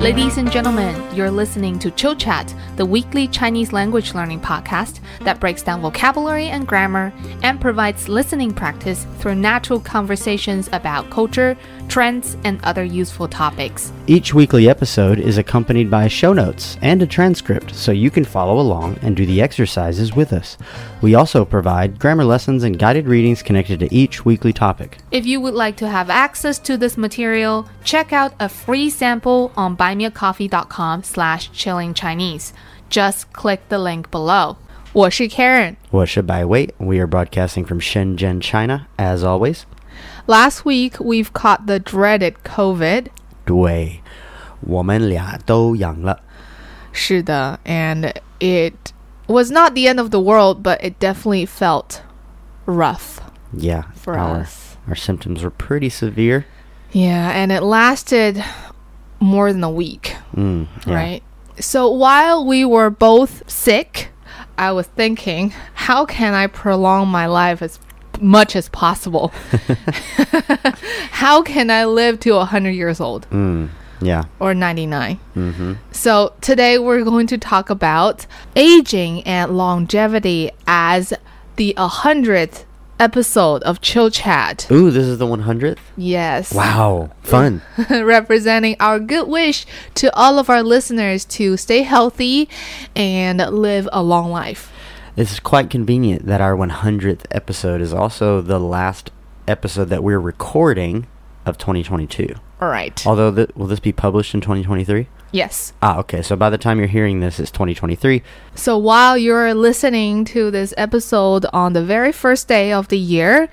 Ladies and gentlemen, you're listening to Chill Chat, the weekly Chinese language learning podcast that breaks down vocabulary and grammar and provides listening practice through natural conversations about culture, trends, and other useful topics. Each weekly episode is accompanied by show notes and a transcript so you can follow along and do the exercises with us. We also provide grammar lessons and guided readings connected to each weekly topic. If you would like to have access to this material, check out a free sample on buymeacoffee.com slash chillingchinese. Just click the link below. 我是 Karen. What should I wait? We are broadcasting from Shenzhen, China, as always. Last week, we've caught the dreaded COVID. 对，我们俩都阳了。是的, and it was not the end of the world, but it definitely felt rough Yeah, for our, us. our symptoms were pretty severe. Yeah, and it lasted more than a week, Mm, yeah. right? So while we were both sick, I was thinking, how can I prolong my life as much as possible? how can I live to 100 years old? Mm, yeah. or 99. So today we're going to talk about aging and longevity as the 100th episode of Chill Chat. Ooh, this is the 100th. Yes. Wow, fun. Representing our good wish to all of our listeners to stay healthy and live a long life. It's quite convenient that our 100th episode is also the last episode that we're recording of 2022. All right. Although, th- will this be published in 2023? Yes. Ah, okay. So by the time you're hearing this, it's 2023. So while you're listening to this episode on the very first day of the year,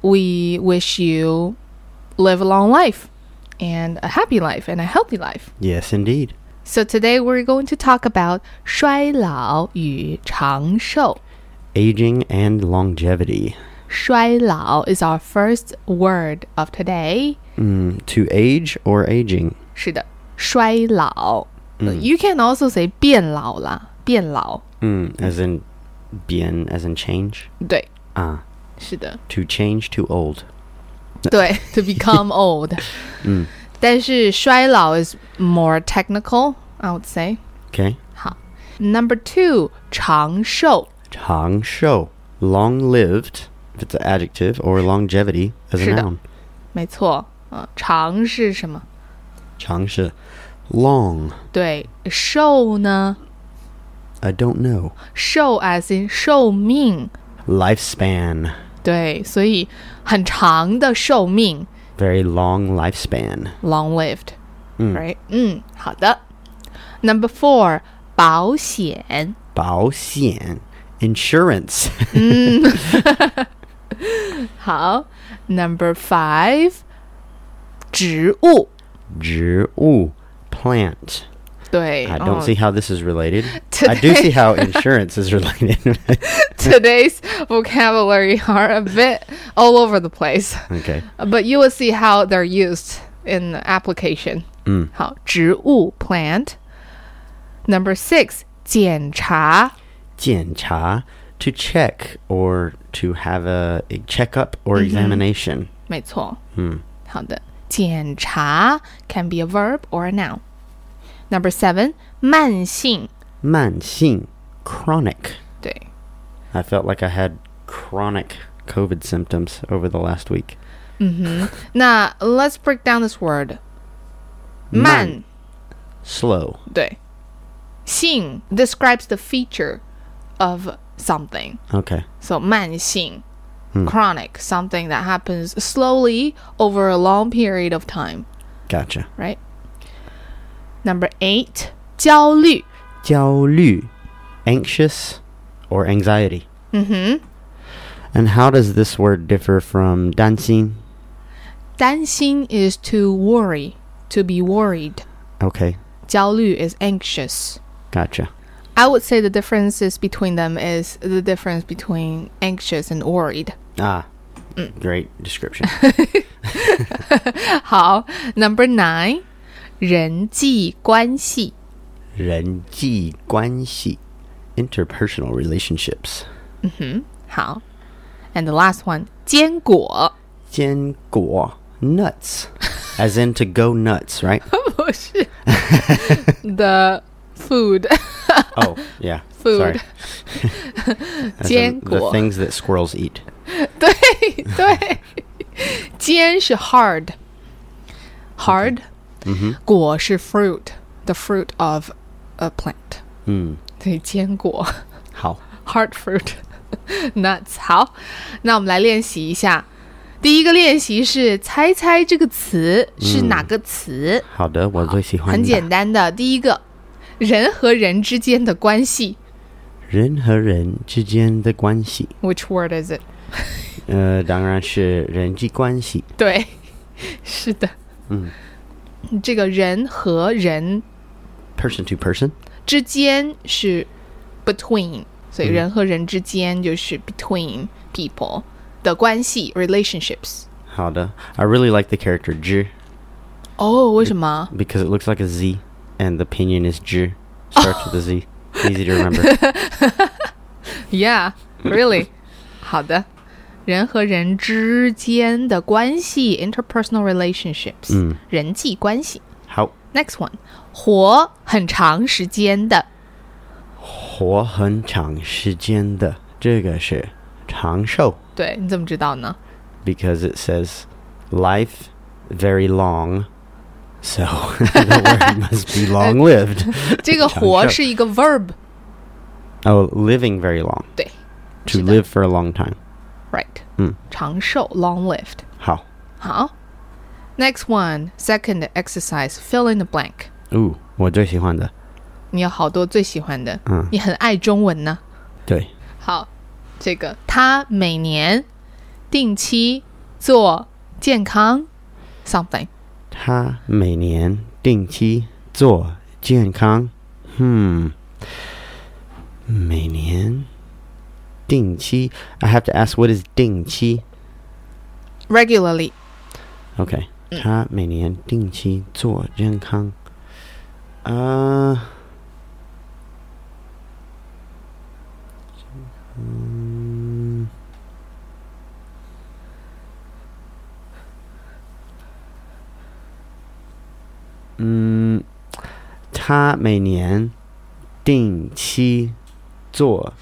we wish you live a long life and a happy life and a healthy life. Yes, indeed. So today we're going to talk about 衰老与长寿. Aging and longevity. 衰老 is our first word of today. Mm, to age or aging? 是的，衰老. You can also say 变老啦，变老. Mm, as in bien, as in change? 对，Ah, 是的。 to change to old. 对，to become old。但 Mm. 是衰老 is more technical, I would say. Okay. 好，Number two，长寿 Tang shou. Long lived, if it's an adjective, or longevity as a 是的。 noun. 没错，啊，长是什么？ Chang shi. Long. 对，寿呢？ I don't know. 寿 as in 寿命， Lifespan. 对，所以很长的寿命 Very long lifespan. ，long lived，right？、嗯，Mm. 好的。Number four，保险，保险. Insurance. 好。Number five，植物，植物. Plant. 对， I don't 嗯 see how this is related. I do see how insurance is related. today's vocabulary are a bit all over the place, okay. but you will see how they're used in the application. 好，植物 plant. Number six, 检查检查. To check or to have a, a checkup or examination. 没错。好的，检查 can be a verb or a noun. Number seven, 慢性慢性. Chronic. 对 I felt like I had chronic COVID symptoms over the last week. 那 let's break down this word. 慢。慢 Slow. 对，性 describes the feature of something. Okay. So 慢性 chronic something that happens slowly over a long period of time, Gotcha. right? Number 8, 焦虑焦虑, anxious or anxiety. Mm-hmm. And how does this word differ from 担心?担心 is to worry, to be worried. Okay, 焦虑 is anxious. gotcha. I would say the differences between them is the difference between anxious and worried. Ah, great description. 好, number 9, 人际关系人际关系, interpersonal relationships. 好. And the last one, 坚果坚果, nuts, as in to go nuts, right? 是 the food Oh, yeah. Food. Sorry. As 坚 in The 果。 things that squirrels eat. 对，煎是 hard hard，、果 Mm-hmm. 是 fruit the fruit of a plant，嗯，对，坚果好 hard fruit nuts。好，那我们来练习一下。第一个练习是猜猜这个词是哪个词，好的，我最喜欢很的简单的。第一个，人和人之间的关系人和人之间的关系， ，which word is it？呃，当然是人际关系。 对，是的，嗯这个人和人，person to person，之间是 between，所以嗯人和人之间就是 between people 的关系 relationships。好的。I really like the character 之哦，为什么？ because it looks like a Z and the pinyin is 之 starts with a Z. Easy to remember. Yeah, really. 好的，人和人之间的关系 interpersonal relationships，、嗯人际关系。好， Next one，活很长时间的，活很长时间的这个是长寿对，你怎么知道 呢？ because it says life very long. So the word must be long lived. 这个活是一个 verb， Oh, living very long. 对 To 是的 live for a long time. right，嗯，长寿 long lived。好。好，Next one, second exercise, fill in the blank。 Ooh, 哦我最喜欢的。你有好多最喜欢的，嗯你很爱中文呢。对，好，这个他每年定期做健康 something，他每年定期做健康，嗯，每年定期，I have to ask what is 定期 regularly， ？OK，、他每年定期做健康，呃，嗯，嗯，他每年定期做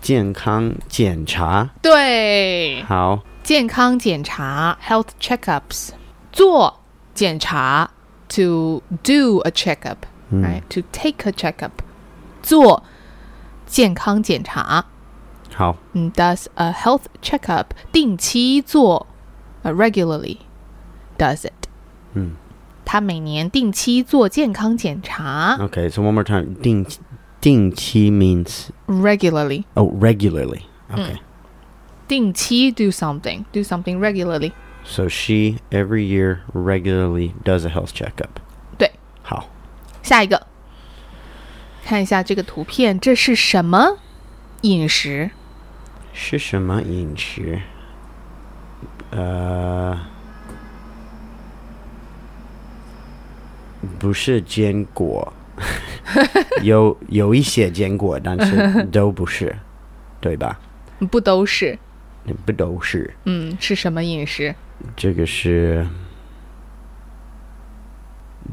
健康检查。对，好，健康检查 health checkups，做检查 to do a checkup，right、to 嗯 take a checkup，做健康检查。好，嗯 does a health checkup 定期做呃 regularly does it。嗯，他每年定期做健康检查 Okay, so one more time. Ding ding qi means regularly。 oh regularly. Okay. 定期 do something do something regularly。 So she every year regularly does a health checkup. 对， How? 下一个，看一下这个图片，这是什么饮食？ Shishima inchi. Uh Bushi Jen Guo. Yo Yo Isha Jen Guo Dan Do Bushi. Doiba. 不都是？ Bido Shi. 嗯，是什么饮食？这个是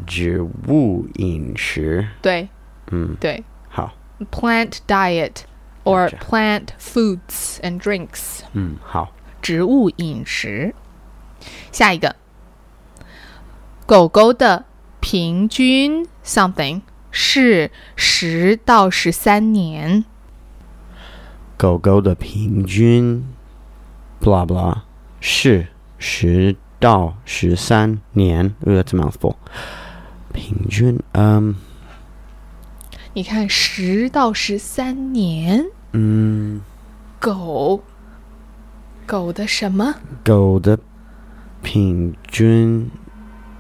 植物饮食，对嗯，对好， ，plant diet or 了解 plant foods and drinks。嗯，好，植物饮食。下一个，狗狗的平均 something 是十到十三年。狗狗的平均，blah blah 是十到十三年，Ooh, 呃 that's a mouthful。平均，嗯你看，十到十三年，嗯，狗狗的什么？狗的平均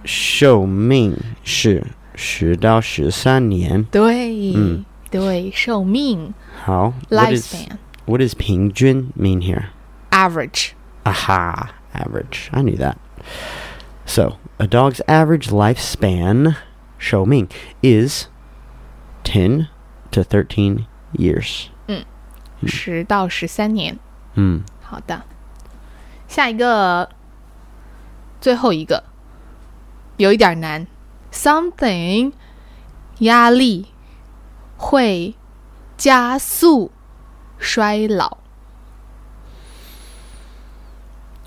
寿命是十到十三年。对，嗯对，寿命好，what is lifespan what does 平均 mean here？ average。 Aha, average. I knew that. So, a dog's average lifespan, show me, is 10 to 13 years. 十到十三年。 Hmm. 好的，下一个，最后一个，有一点难。 something 压力会加速衰老。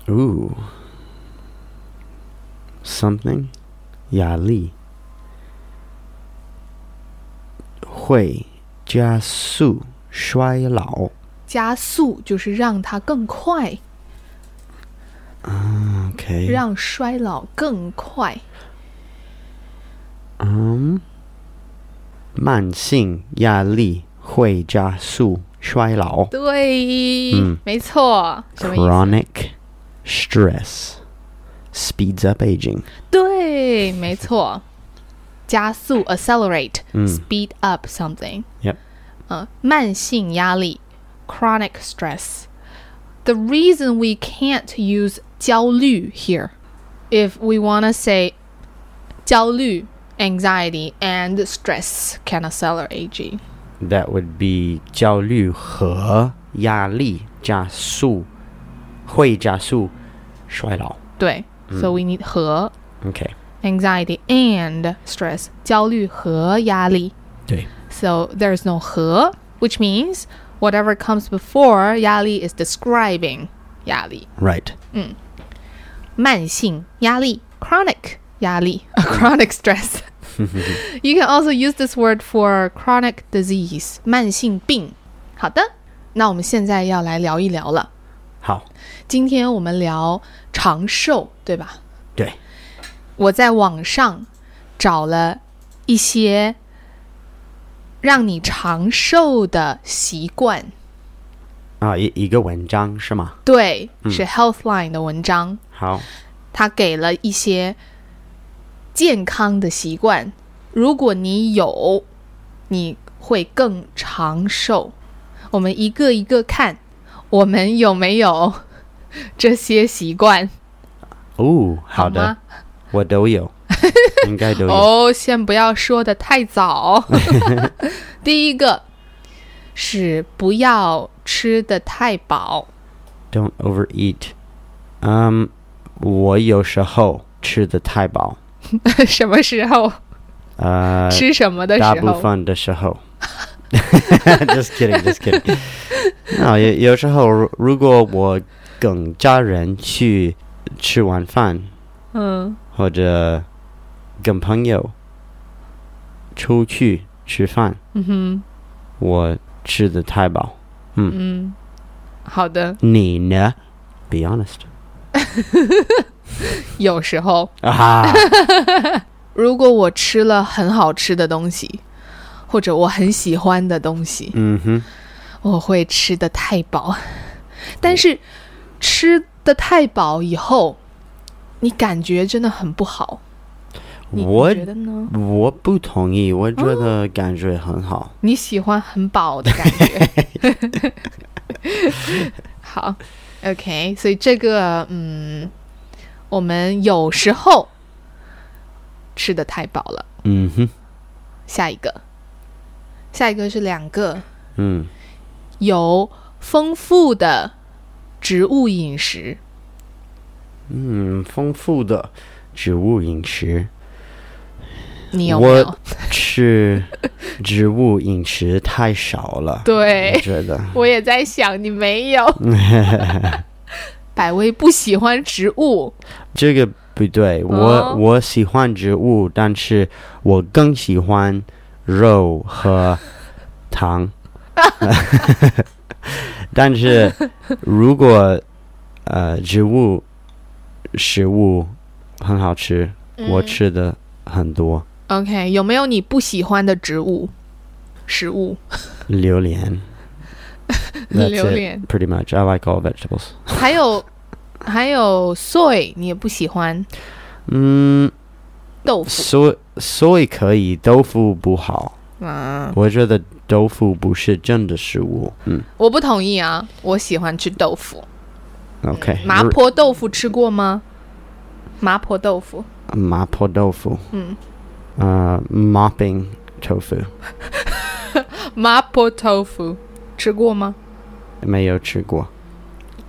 Ooh. Something. Yali. Hui. Jiasu. Shuai Lao. 加速就是让它更快， Okay. 让衰老更快。 Um. Man Sing. Yali. Hui Jiasu. Shuai Lao. 对，嗯没错，什么意思？ Chronic stress speeds up aging. 对，没错，加速 accelerate，、speed up something。 Yep. 呃，慢性压力 chronic stress。The reason we can't use 焦虑 here, if we want to say 焦虑 anxiety and stress can accelerate aging. That would be 焦虑和压力加速会加速衰老。对、so we need 和 Okay. anxiety and stress 焦虑和压力。So there's no 和, which means whatever comes before 压力 is describing 压力. Right. 慢性压力 chronic 压力 chronic stress. you can also use this word for chronic disease 慢性病。好的，那我们现在要来聊一聊了。今天我们聊长寿，对吧？好，对，嗯，我在网上找了一些让你长寿的习惯，啊，一-一个文章是吗？好，对，是嗯 Healthline 的文章，它给了一些健康的习惯，如果你有，你会更长寿。我们一个一个看，我们有没有 这些习惯？哦，好好的，吗？ 我都有，应该都有。哦，先不要说的太早。 第一个是不要吃的太饱， Don't overeat. Um, 我有时候吃得太饱，呃，什么时候 Uh, 吃什么的时候？呃大部分的时候。just kidding, just kidding. No, 有有时候如如果我跟家人去吃完饭，嗯，或者跟朋友出去吃饭，嗯哼，我吃的太饱。嗯，好的，你呢？Be honest 有时候啊，如果我吃了很好吃的东西，或者我很喜欢的东西，嗯哼，我会吃的太饱，但是吃的太饱以后，你感觉真的很不好。你我你觉得呢？我不同意，我觉得感觉很好。你喜欢很饱的感觉。好，OK，所以这个嗯，我们有时候吃的太饱了。嗯哼，下一个，下一个是两个嗯，有丰富的植物饮食。嗯，丰富的植物饮 食，你有没有我？吃植物饮食太少了。我对，觉得我也在想你没 有。百威不喜欢植物，这个不对，我、哦我喜欢植物，但是我更喜欢肉和 糖。但是如果呃植物食物很好吃，嗯我嗯吃的很多， OK，有没有你不喜欢的植物、食物？榴莲。That's 榴 it, 莲 pretty much. I like all vegetables. 还有还有 soy，你也不喜欢嗯，豆腐所所以可以，豆腐不好。嗯，我觉得豆腐不是真的食物。嗯我不同意啊，我喜欢吃豆腐。 ，OK，麻如婆豆腐吃过吗？麻婆豆腐，麻婆豆腐，嗯，呃，mopping Uh, tofu 麻婆豆腐吃过吗？没有吃过。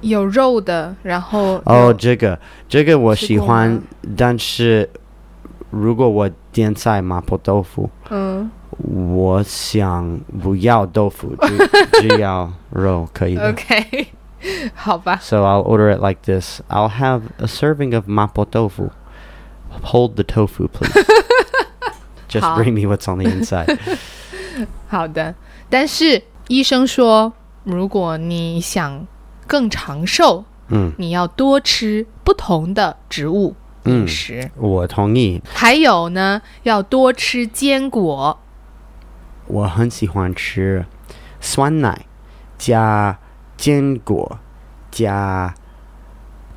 有肉的，然后哦，有这个这个我吃喜过欢吗，但是如果我点菜麻婆豆腐。嗯 我想不要豆腐，只只要肉可以的。 ，OK，好吧。 So I'll order it like this. I'll have a serving of mapo tofu. Hold the tofu, please. Just Huh. bring me what's on the inside. 好的，但是医生说，如果你想更长寿，嗯，你要多吃不同的植物嗯饮食，我同意，还有呢，要多吃坚果。我很喜欢吃酸奶加坚果加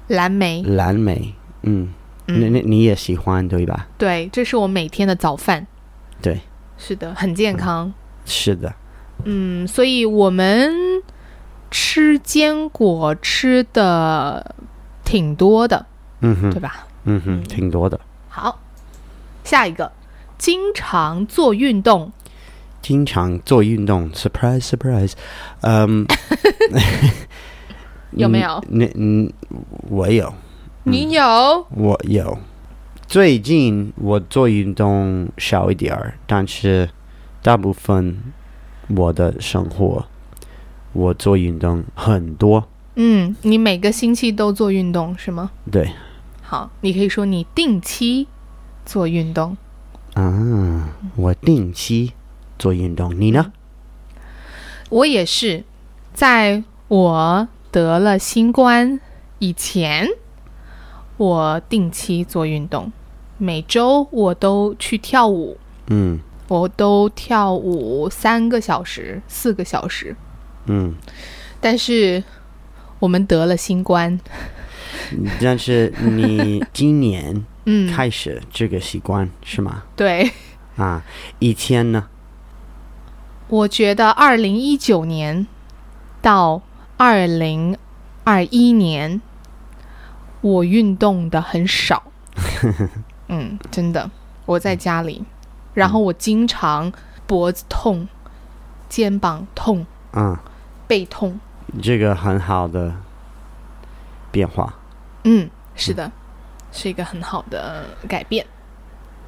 蓝莓。嗯，蓝莓，Mm. 嗯。你-你-你也喜欢，对吧？对，这是我每天的早饭。对，是的，很健康。是的。嗯，所以我们吃坚果吃的挺多的，嗯哼，对吧？嗯哼，好，下一个，经常做运动，挺多的。经常做运动，surprise, Um, surprise。嗯，有没有？你-你-我有。你有？我有，最近我做运动少一点儿，但是大部分我的生活我做运动很多。嗯，你每个星期都做运动是吗？对好，你可以说你定期做运动。啊，我定期做运动，你呢？我也是，在我得了新冠以前，我定期做运动，每周我都去跳舞，嗯我都跳舞三个小时、四个小时。嗯，但是我们得了新冠，嗯但是你今 年嗯，开始这个习惯是吗？对，啊，以前呢？我觉得二零一九年到二零二一年，我运动的很少。 嗯，真的，我在家里，然后我经常脖子痛、肩膀痛、啊，背痛。这个很好的变化。嗯，是的，是一个很好的改变。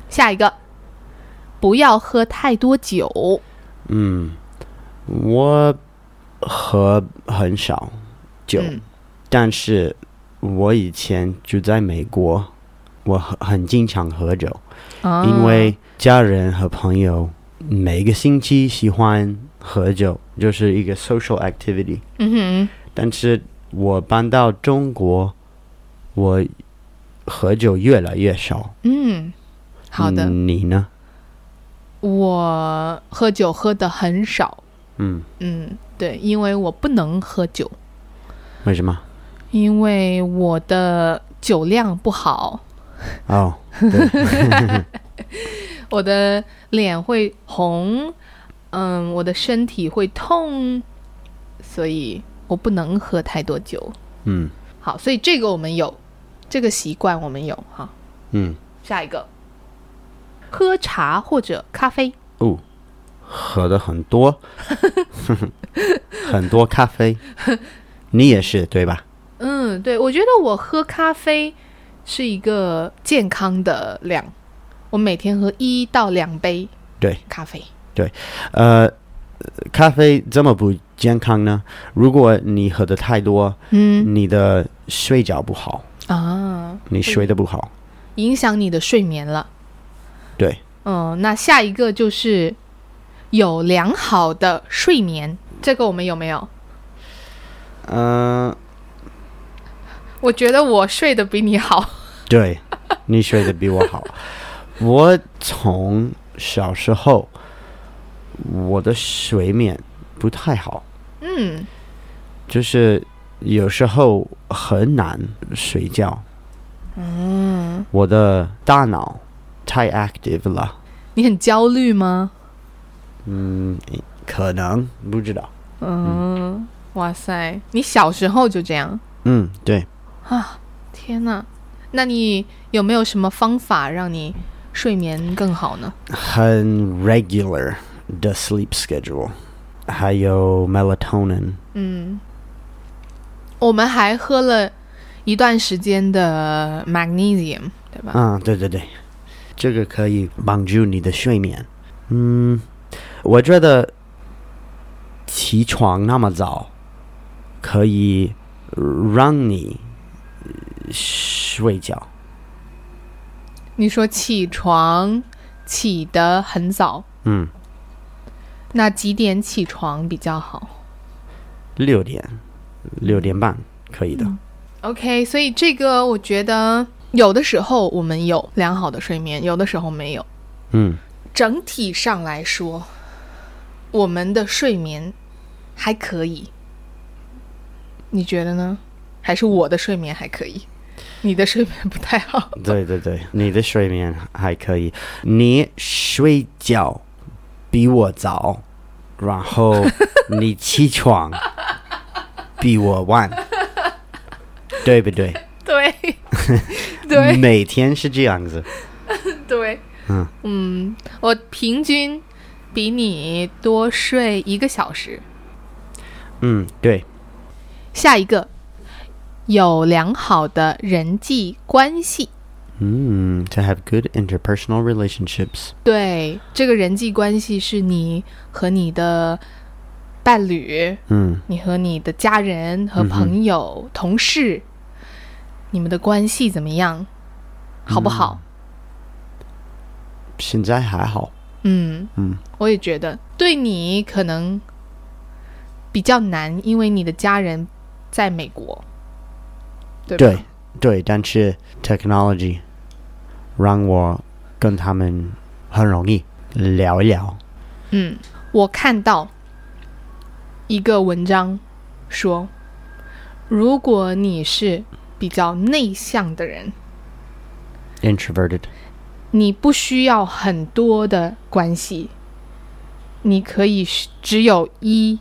下一个，不要喝太多酒。嗯，我喝很少酒，嗯但是我以前就在美国，我很很经常喝酒，啊因为家人和朋友每个星期喜欢喝酒，就是一个 social activity。嗯但是我搬到中国，我喝酒越来越少。哼，嗯，好的。嗯你呢？我喝酒喝的很少，嗯，嗯，对，因为我不能喝酒，为什么？因为我的酒量不好，哦，我的脸会红，嗯，我的身体会痛，所以我不能喝太多酒。嗯好，所以这个我们有，这个习惯我们有哈。嗯。下一个，喝茶或者咖啡，哦喝的很多，很多咖啡。你也是对吧？嗯，对，我觉得我喝咖啡是一个健康的量，我每天喝一到两杯对咖啡。呃，咖啡这么不健康呢？如果你喝的太多，嗯你的睡觉不好，啊，你睡得不好。影响你的睡眠了。对，嗯，那下一个就是有良好的睡眠，这个我们有没有？嗯、我觉得我睡得比你好。对，你睡得比我好。我从小时候，我的睡眠不太好，嗯就是有时候很难睡觉。嗯，我的大脑太 active 了， 你很焦虑吗？嗯，可能不知道。嗯，哇塞，你小时候就这样。嗯，对，啊，天哪！那你有没有什么方法让你睡眠更好呢？很 regular 的 sleep schedule，还有 melatonin。嗯，我们还喝啊了一段时间的 magnesium，对吧？嗯，对对对，这个可以帮助你的睡眠。嗯，我觉得起床那么早可以让你睡觉。你说起床起得很早，嗯，那几点起床比较好六点六点半可以的。 ？OK，所以这个我觉得有的时候我们有良好的睡眠，有的时候没有。嗯，整体上来说，我们的睡眠还可以，你觉得呢？还是我的睡眠还可以，你的睡眠不太 好。对对对，你的睡眠还可以，你睡觉比我早，然后你起床比我晚，对不对？ 对，对每天是这样子。对，嗯嗯，我平均比你多睡一个小时。嗯，对，下一个，有良好的人际关系。嗯，to Mm, have good interpersonal relationships，对，这个人际关系是你和你的伴侣、嗯你和你的家人、和朋友、同事，你们的关系怎么样？好不好？现在还好，嗯，嗯我也觉得对你可能比较难，因为你的家人在美国，对吧对对，但是 technology 让我跟他们很容易聊一聊。嗯，我看到一个文章说，如果你是比较内向的人， Introverted，你不需要很多的关系，你可以是只有一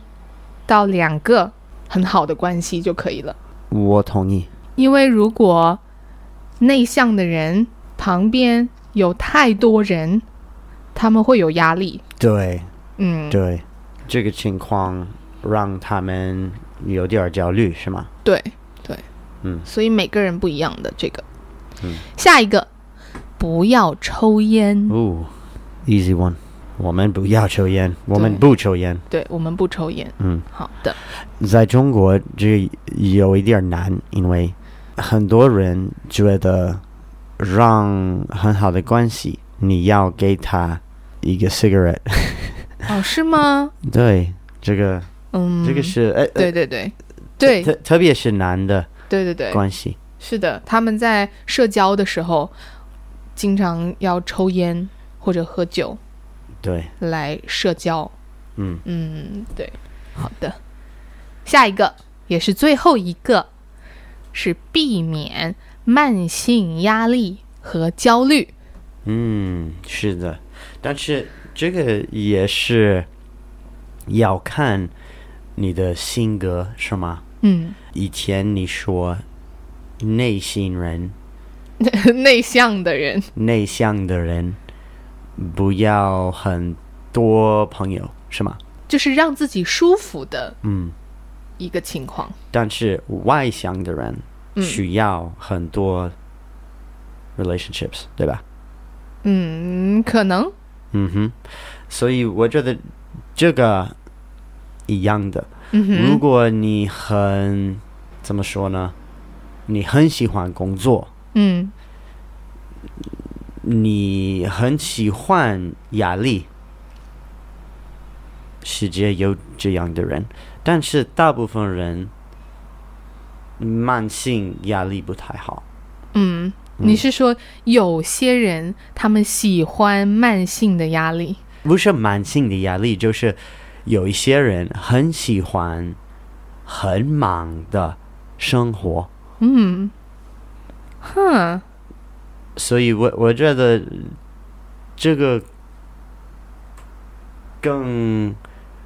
到两个很好的关系就可以了。我同意。因为如果内向的人旁边有太多人，他们会有压力。对嗯，对，这个情况让他们有点儿焦虑，是吗？对对，嗯所以每个人不一样的这个。嗯下一个，不要抽烟。哦，easy one，我们不要抽烟，我们对不抽烟。对我们不抽烟。嗯，好的，在中国这有一点儿难，因为很多人觉得让很好的关系，你要给他一个 cigarette。哦，是吗？ 对，这个嗯，这个是哎、呃对对对对特特别是男的对对对，关系。是的，他们在社交的时候，经常要抽烟或者喝酒对，来社交。嗯，嗯，对，好的。下一个也是最后一个，是避免慢性压力和焦虑。嗯，是的，但是这个也是要看你的性格，是吗？嗯， 以前你说内心人、内向的人，内向的人不要很多朋友，是吗？就是让自己舒服的嗯，一个情况。但是外向的人嗯需要很多 relationships，、对吧？嗯，可能嗯哼，所以我觉得这个一样的。嗯如哼，果你很怎么说呢？你很喜欢工作，嗯你很喜欢压力，世界有这样的人，但是大部分人慢性压力不太好。嗯，你是说有些人他们喜欢慢性的压力？不是慢性的压力，就是有一些人很喜欢很忙的生活，嗯，哼，所以我我觉得这个跟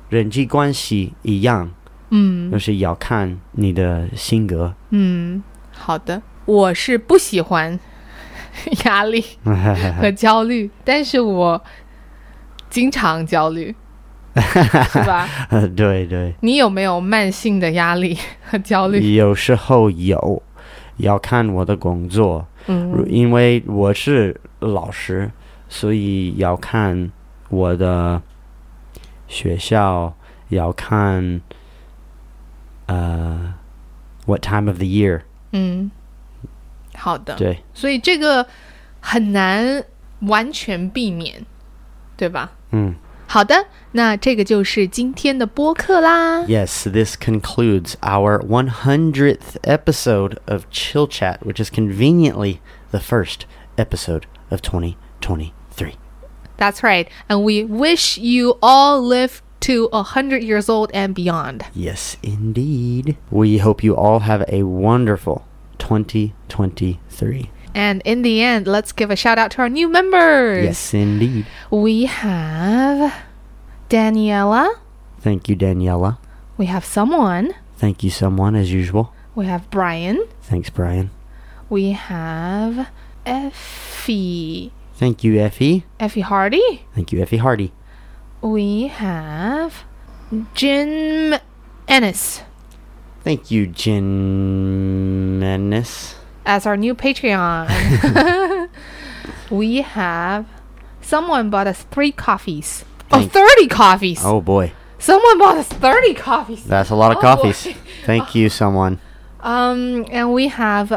人际关系一样，嗯就是要看你的性 格。嗯，好的，我是不喜欢 压力和焦虑，但是我经常焦 虑，是吧？对对，你有没有慢性的压力和焦虑？有时候有，要看我的工作，如嗯因为我是老师，所以要看我的学校，要看呃 what time of the year，嗯，好的。对所以这个很难完全避免，对吧？嗯。好的，那这个就是今天的播客啦。 Yes, this concludes our 100th episode of Chill Chat, which is conveniently the first episode of 2023. That's right. And we wish you all live to 100 years old and beyond. Yes, indeed. We hope you all have a wonderful 2023. And in the end, let's give a shout out to our new members. Yes, indeed. We have Daniela, Thank you, Daniela. we have someone, Thank you, someone, as usual. we have Brian, Thanks, Brian. we have Effie, Thank you, Effie. Effie Hardy, Thank you, Effie Hardy. we have Jim Ennis Thank you, Jimenez. as our new Patreon. we have someone bought us three coffees. Oh, Thank- 30 coffees. Oh, boy. Someone bought us 30 coffees. That's a lot Oh, of coffees. boy. Thank you, someone. Um, and we have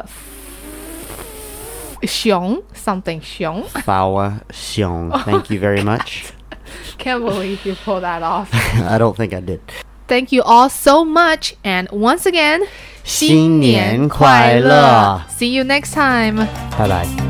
Xiong, something Xiong. Fawa Xiong. Thank you very much. Can't believe you pulled that off. I don't think I did. Thank you all so much, and once again, 新年快乐。 See you next time. Bye bye.